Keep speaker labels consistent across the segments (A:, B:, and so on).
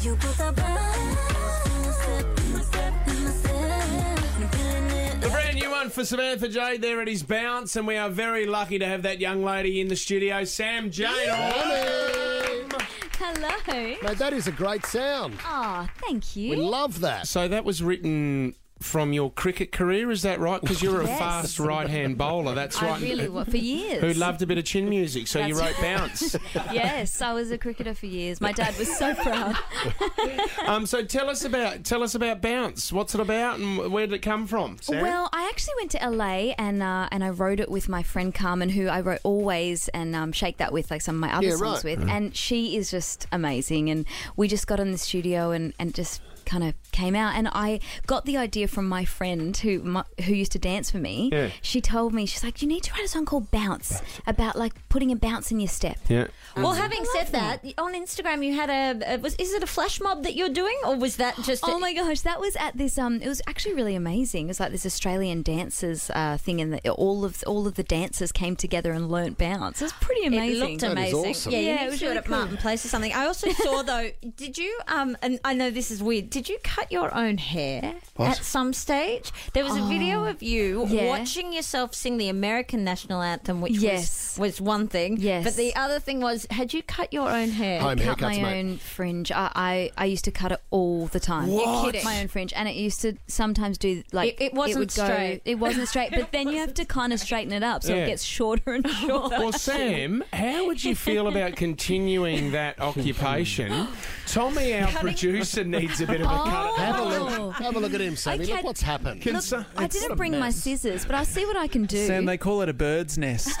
A: You put the
B: The brand new one for Samantha Jade. There it is, bounce, and we are very lucky to have that young lady in the studio, Sam Jade.
C: Hello.
D: Mate, that is a great sound.
C: Oh, thank
D: We
C: you.
D: love that.
B: So that was written from your cricket career, is that right? Because you're a
C: Yes.
B: fast right-hand bowler. That's
C: I
B: right.
C: really was for years.
B: Who loved a bit of chin music, so you wrote
C: That's-
B: bounce.
C: Yes, I was a cricketer for years. My dad was so proud.
B: um, so tell us about tell us about bounce. What's it about, and where did it come from? Sam?
C: Well, I actually went to LA and uh, and I wrote it with my friend Carmen, who I wrote always and um, shake that with, like some of my other
D: Yeah,
C: songs
D: right.
C: with, and she is just amazing. And we just got in the studio and and just kind of came out and I got the idea from my friend who my, who used to dance for me.
B: Yeah.
C: She told me she's like, you need to write a song called Bounce about like putting a bounce in your step.
B: yeah.
E: Well, having said that, on Instagram you had a, a was is it a flash mob that you're doing or was that just?
C: Oh my gosh, that was at this. Um, it was actually really amazing. It was like this Australian dancers uh, thing, and the, all of all of the dancers came together and learnt bounce. It was pretty
E: It
C: amazing.
E: looked
D: That is
E: amazing.
D: awesome.
E: Yeah, you
C: Yeah,
E: need
C: it
E: to
C: was
E: do it
C: really
E: at Martin Place or something. I also saw though. Did you? Um, and I know this is weird. Did you cut your own hair at some stage? There was a video of you
C: Yeah.
E: watching yourself sing the American national anthem, which
C: Yes.
E: was was one thing.
C: Yes.
E: but the other thing was, had you cut your own hair?
D: Home
C: cut my
D: haircuts, mate.
C: own fringe. I, I I used to cut it all the time.
E: What?
C: Cut My own fringe, and it used to sometimes do like
E: It- it wasn't
C: would go-
E: straight.
C: It wasn't straight, but then you have to kind of straighten it up so
B: Yeah.
C: it gets shorter and shorter.
B: Well, Sam, how would you feel about continuing that occupation? Tommy, our producer, needs a bit of a cut.
D: Have a look. Have a look at him, Sammy.
C: Oh. Okay.
D: Look what's happened.
B: Can
C: Look,
B: so-
C: I didn't bring my scissors, but I'll see what I can do.
F: Sam, they call it a bird's nest,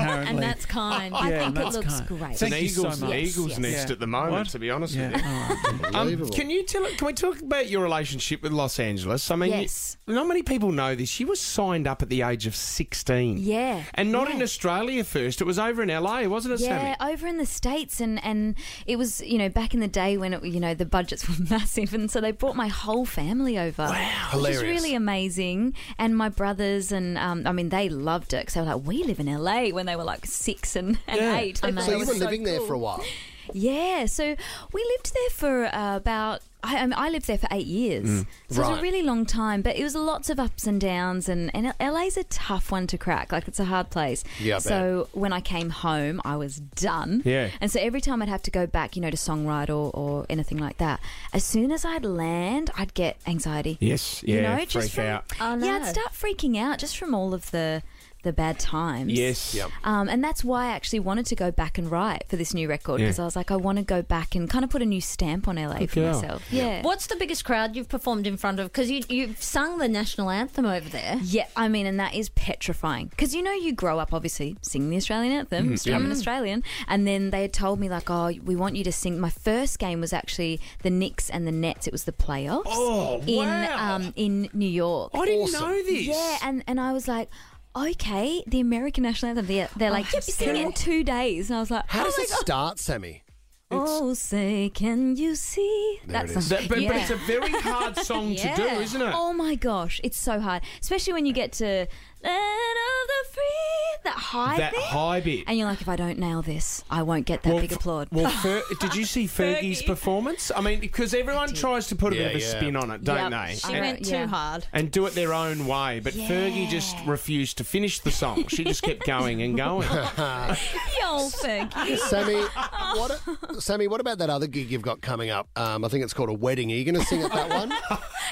C: and that's kind. I
F: Yeah,
C: think it
F: that's
C: looks
F: kind.
C: great.
B: It's an
F: Thank you so
B: eagle's,
F: much.
B: eagle's
C: Yes,
B: nest
F: yes.
B: at the moment,
F: What?
B: to be honest
F: yeah.
B: with you.
F: all right.
B: Um,
D: Unbelievable.
B: can you tell? Can we talk about your relationship with Los Angeles? I mean,
C: Yes.
B: you- not many people know this. You were signed up at the age of sixteen.
C: Yeah,
B: and not in
C: yeah.
B: Australia first. It was over in LA, wasn't it,
C: Yeah,
B: Sammy?
C: over in the states, and and it was you know back in the day when it you know the budgets were massive, and so they brought my whole family over. Wow,
D: Hilarious.
C: Which is really amazing. And my brothers, and um, I mean they loved it because they were like, we live in LA when they were like six and, and
B: Yeah.
C: eight. They thought
D: So Oh
C: it
D: you
C: was
D: were living there
C: cool.
D: for a while.
C: Yeah, so we lived there for uh, about. I, I, mean, I lived there for eight years, so it was
D: Mm, Right.
C: a really long time. But it was lots of ups and downs, and, and LA's a tough one to crack. Like it's a hard place.
D: Yeah, I bet.
C: So when I came home, I was done.
B: Yeah.
C: And so every time I'd have to go back, you know, to songwrite or, or anything like that. As soon as I'd land, I'd get anxiety.
B: Yes,
C: you
B: yeah,
C: know,
B: freak
C: just from,
B: out.
E: Oh, no.
C: Yeah, I'd start freaking out just from all of the the bad times.
B: Yes. Yep.
C: Um, and that's why I actually wanted to go back and write for this new record
B: Yeah.
C: because I was like, I want to go back and kind of put a new stamp on LA for
B: girl.
C: myself. Yeah.
E: What's the biggest crowd you've performed in front of? Because you you've sung the national anthem over there.
C: Yeah, I mean, and that is petrifying because you know you grow up obviously singing the Australian
B: Mm-hmm.
C: anthem. I'm an Australian, and then they had told me like, "Oh, we want you to sing." My first game was actually the Knicks and the Nets. It was the playoffs
B: Oh,
C: in
B: wow.
C: um, in New York.
B: I didn't
D: Awesome.
B: know this.
C: Yeah, and, and I was like, okay, the American national anthem. They're, they're like, yep, you sing it in two days. And I was like,
D: Oh, How
C: oh
D: does
C: my
D: it start, Sammy?
C: God. Oh, say, can you see?
D: There it is.
C: the-
B: That- but, but
C: Yeah.
B: it's a very hard song to
E: Yeah.
B: do, isn't it?
C: Oh my gosh, it's so hard. Especially when you get to Land of the Free, that high
B: that
C: thing.
B: high bit.
C: And you're like, if I don't nail this, I won't get that big
B: f-
C: applaud.
B: Well, Fer- did you see Fergie's performance? I mean, because everyone tries to put a bit
D: Yeah,
B: of a
D: yeah.
B: spin on it, don't
C: Yep.
B: they?
C: She
E: She
B: and,
E: went
C: yeah.
E: too hard.
B: and do it their own way. But Fergie just refused to finish the song. She just kept going and going.
C: Yo, Fergie.
D: Sammy, what? A, Sammy, what about that other gig you've got coming up? Um, I think it's called a wedding. Are you going to sing at that one?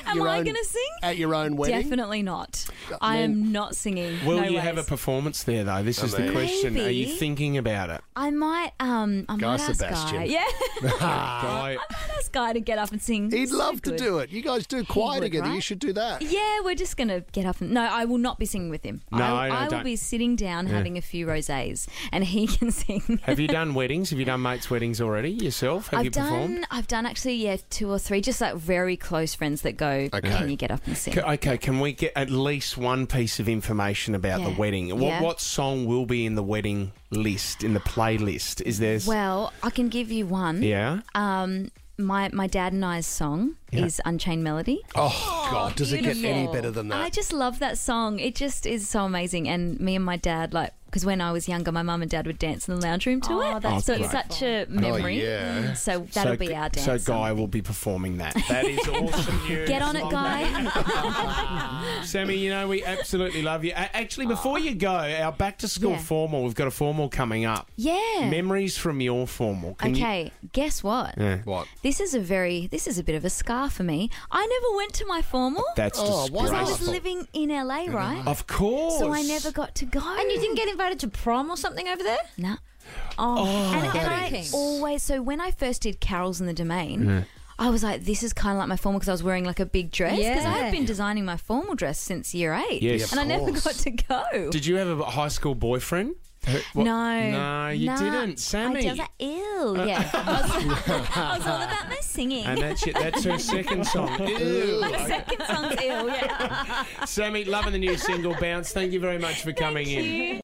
C: Am
D: Your
C: I
D: own-
C: going to sing?
D: At your own wedding?
C: Definitely not. I am not singing.
B: Will
C: No
B: you have a
C: ways.
B: performance there, though? This is the
D: Amazing.
B: question. Are you
C: Maybe.
B: thinking about it?
C: I might. Um, I
D: Guy
C: might ask
D: Sebastian.
C: Guy. Yeah.
B: Guy-
C: ask Guy to get up and sing.
D: He'd
C: So
D: love to
C: good.
D: do it. You guys do choir
C: would,
D: together. You
C: right?
D: should do that.
C: Yeah, we're just gonna get up and no, I will not be singing with him.
B: No,
C: I,
B: no,
C: I will
B: don't.
C: be sitting down having a few rosés, and he can sing.
B: have you done weddings? Have you done mates' weddings already yourself? Have
C: I've
B: you performed?
C: done. I've done actually, yeah, two or three, just like very close friends that go.
D: Okay.
C: Can you get up and sing?
B: C- Okay, can we get at least one piece of information about the
C: Yeah.
B: wedding? What,
C: Yeah.
B: what song will be in the wedding list, in the playlist? Is there. s-
C: Well, I can give you one.
B: yeah?
C: Um, my my dad and I's song is Unchained Melody.
D: Oh, God, does it get any
C: beautiful.
D: better than that?
C: I just love that song. It just is so amazing. And me and my dad, like, because when I was younger, my mum and dad would dance in the lounge room to
E: Oh,
C: it.
E: that's
C: so it's
E: beautiful.
C: such a
B: Oh,
C: memory.
D: yeah.
C: So that'll be our dance.
B: So Guy will be performing that. That is awesome news.
C: Get on it, Guy.
B: Sammy, you know, we absolutely love you. A- Actually, before you go, our back to school
C: Oh. Yeah.
B: formal, we've got a formal coming up.
C: yeah.
B: Memories from your formal. Can you-
C: okay, guess what?
D: What?
C: This is a very this is a bit of a scar for me. I never went to my formal
B: that's
D: Oh,
B: just
D: why
C: because I was
D: Disgraceful.
C: living in LA, right?
B: Of course.
C: So I never got to go.
E: And you didn't get invited to prom or something over there?
C: Nah.
E: Oh,
C: and, and I
E: everything.
C: always so when I first did Carols in the Domain, I was like, this is kind of like my formal because I was wearing like a big dress because
E: Yeah.
C: I've been designing my formal dress since year eight,
B: Yes.
C: and I
D: Of
C: never
D: course.
C: got to go.
B: Did you have a high school boyfriend? Who- what-
C: No,
B: No, you
C: Nah.
B: didn't.
C: I
B: Sammy.
C: just like, ill. Yeah, I was, I was all about my singing.
B: and that's it. That's her second song. Ew.
C: my second song's E. ill. Yeah.
B: Sammy, loving the new single, Bounce. Thank you very much for coming in.